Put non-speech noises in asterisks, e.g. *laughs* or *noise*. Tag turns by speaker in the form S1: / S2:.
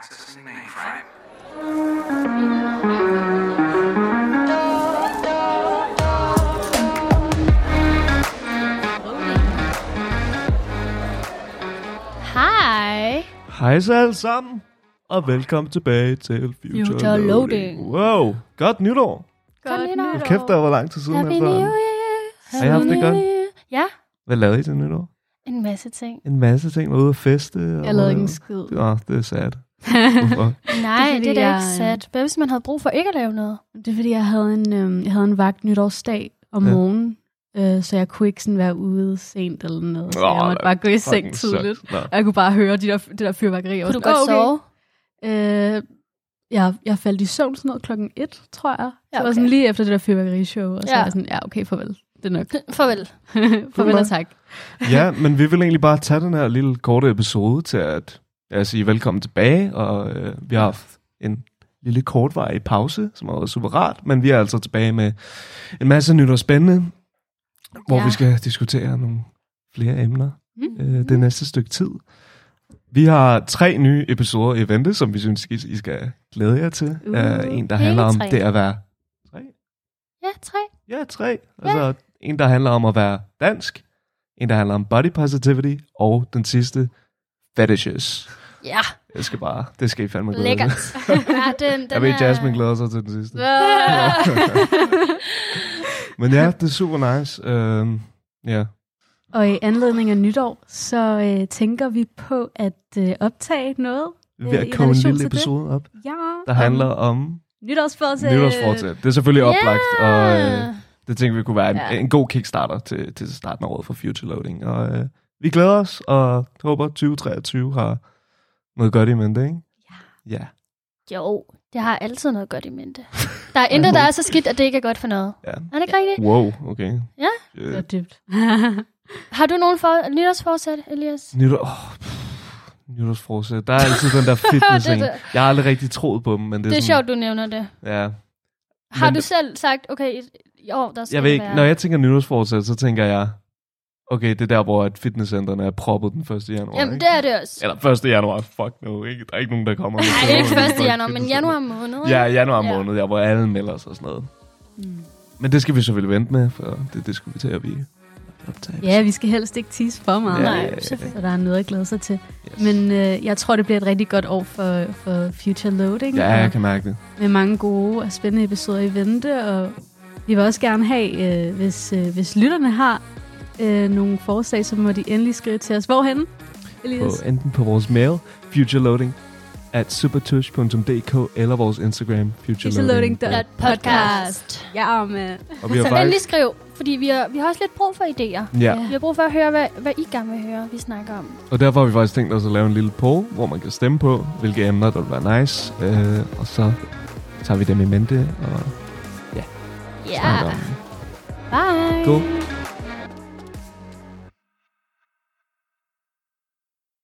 S1: Accessing mainframe.
S2: Hej.
S3: Hej så alle sammen, og velkommen tilbage til Future,
S2: Future Loading.
S3: Wow, godt nytår.
S2: Godt nytår.
S3: Hold kæft, der var lang tid siden
S2: Happy New
S3: efterhånden.
S2: Year.
S3: Har I haft det godt?
S2: Ja,
S3: Hvad lavede I til nytår?
S2: en masse ting.
S3: En masse ting, var ude at feste. Og
S4: Jeg lavede ikke en skid.
S3: Det, åh, det er
S2: *laughs*
S3: sad. Hvorfor?
S2: Nej, det,
S4: fordi,
S2: er da
S4: jeg-
S2: ikke sat. Hvad hvis man havde brug for ikke at lave noget?
S4: *laughs* Det er fordi, jeg havde en, øhm, jeg havde en vagt nytårsdag om
S3: Ja.
S4: ja. morgenen, øh, så jeg kunne ikke sådan være ude sent eller noget. Så
S3: Nå,
S4: jeg måtte bare gå i
S3: Fucking
S4: seng tidligt.
S3: sucks. Nå.
S4: Og jeg kunne bare høre de der, det der fyrværkeri. Jeg var
S2: Kunne du
S4: sådan,
S2: godt
S4: "Åh,
S2: sove?
S4: Øh, jeg, jeg faldt i søvn sådan noget klokken et, tror jeg.
S2: Ja,
S4: Ja, okay. Det var
S2: okay.
S4: sådan lige efter det der fyrværkerishow, og så
S2: Ja.
S4: ja. var jeg sådan, ja okay, farvel. Det er nok.
S2: Farvel.
S4: *laughs* farvel og tak.
S3: Ja, men vi vil egentlig bare tage den her lille korte episode til at ja, sige velkommen tilbage, og øh, vi har haft en lille kortvarig pause, som har været super rart, men vi er altså tilbage med en masse nyt og spændende, hvor
S2: Ja.
S3: ja. vi skal diskutere nogle flere emner
S4: Mm.
S3: øh, det næste stykke tid. Vi har tre nye episoder i vente, som vi synes, I I skal glæde jer til.
S4: Uh,
S3: Uh, en,
S2: hele
S3: der handler om
S2: tre.
S3: det at være... Tre?
S2: Ja, tre.
S3: Ja, tre. Altså en, der handler om at være dansk, en, der handler om body positivity, og den sidste, fetishes.
S2: Ja,
S3: Jeg skal bare, det skal I fandme glæde jer til.
S2: lækkert. *laughs* ja, den, den
S3: Jeg ved,
S2: er-
S3: Jasmine glæder sig til den sidste. Men ja, det er super nice. Uh, ja.
S4: Og i anledning af nytår, så øh, tænker vi på at øh, optage noget.
S3: Vi er ved
S4: Øh, i
S3: at koge en
S4: relation
S3: lille
S4: til det?
S3: episode op,
S4: Ja.
S3: der handler om
S2: Øh,
S4: Nytårsfortsæt.
S3: nytårsfortsæt. Det er selvfølgelig oplagt, og øh,
S2: Ja.
S3: Det tænker vi kunne være en,
S4: Ja.
S3: ja. en god kickstarter til, til starten af året for Future Loading. Og øh, vi glæder os, og håber 2023 har noget godt i mente, ikke? Ja. Ja,
S2: Jo, det har altid noget godt i
S3: *laughs*
S2: mente. Der er intet, der er så skidt, at det ikke er godt for noget.
S3: ja.
S2: Er det ikke rigtigt?
S3: Wow, okay.
S2: Ja.
S4: Det
S3: Øh,
S4: var dybt.
S2: Har du nogen for, nytårsforsæt, Elias?
S3: nytår, oh, pff, nytårsforsæt. Der er altid den
S2: *laughs*
S3: der fitness
S2: Det er
S3: ting.
S2: det.
S3: Jeg har aldrig rigtig troet på dem, men det er,
S2: Det er
S3: sådan,
S2: sjovt, du nævner det.
S3: Ja.
S2: Har
S3: Men
S2: du
S3: det-
S2: selv sagt, okay, i- i år, der skal
S3: Jeg ved ikke,
S2: være...
S3: når jeg tænker nytårsforsæt, så tænker jeg, okay, det er der, hvor at fitnesscenterne er proppet den 1. januar.
S2: Jamen,
S3: ikke?
S2: det er det også.
S3: Eller 1. januar, fuck nu, ikke? Der er ikke nogen, der kommer. med
S2: Nej,
S3: sådan
S2: ikke
S3: noget.
S2: 1. januar, men
S3: Fitnesscenter.
S2: januar måned.
S3: Ja, januar
S2: Ja.
S3: måned, ja. hvor alle melder sig og sådan noget.
S4: *laughs* Mm.
S3: Men det skal vi selvfølgelig vente med, for det, det skulle vi til at blive optaget.
S4: ja, vi skal helst ikke tease for
S3: Ja,
S4: meget.
S2: Nej,
S3: ja, ja.
S2: selvfølgelig.
S4: Så der er noget at glæde sig til.
S3: Yes.
S4: Men øh, jeg tror, det bliver et rigtig godt år for, for Future Loading.
S3: Ja,
S4: og
S3: jeg kan mærke det.
S4: Med mange gode og spændende episoder i vente. Og vi vil også gerne have, øh, hvis, øh, hvis lytterne har øh, nogle forslag, så må de endelig skrive til os. Hvorhen, Elias?
S3: På, enten på vores mail, futureloading, at supertush.dk, eller vores Instagram, futureloading.
S4: Futureloading.
S2: Podcast.
S4: Ja, mand.
S3: Og vi har
S2: Så endelig
S3: faktisk...
S2: skriv, fordi vi har, vi har også lidt brug for idéer.
S3: Ja,
S2: Vi har brug for at høre, hvad, hvad I gerne vil høre, vi snakker om.
S3: og derfor har vi faktisk tænkt os at lave en lille poll, hvor man kan stemme på, hvilke emner, der vil være nice. Øh, og så tager vi dem i mente og
S2: Ja,
S3: snakker
S2: yeah.
S3: om dem.
S2: bye.
S3: God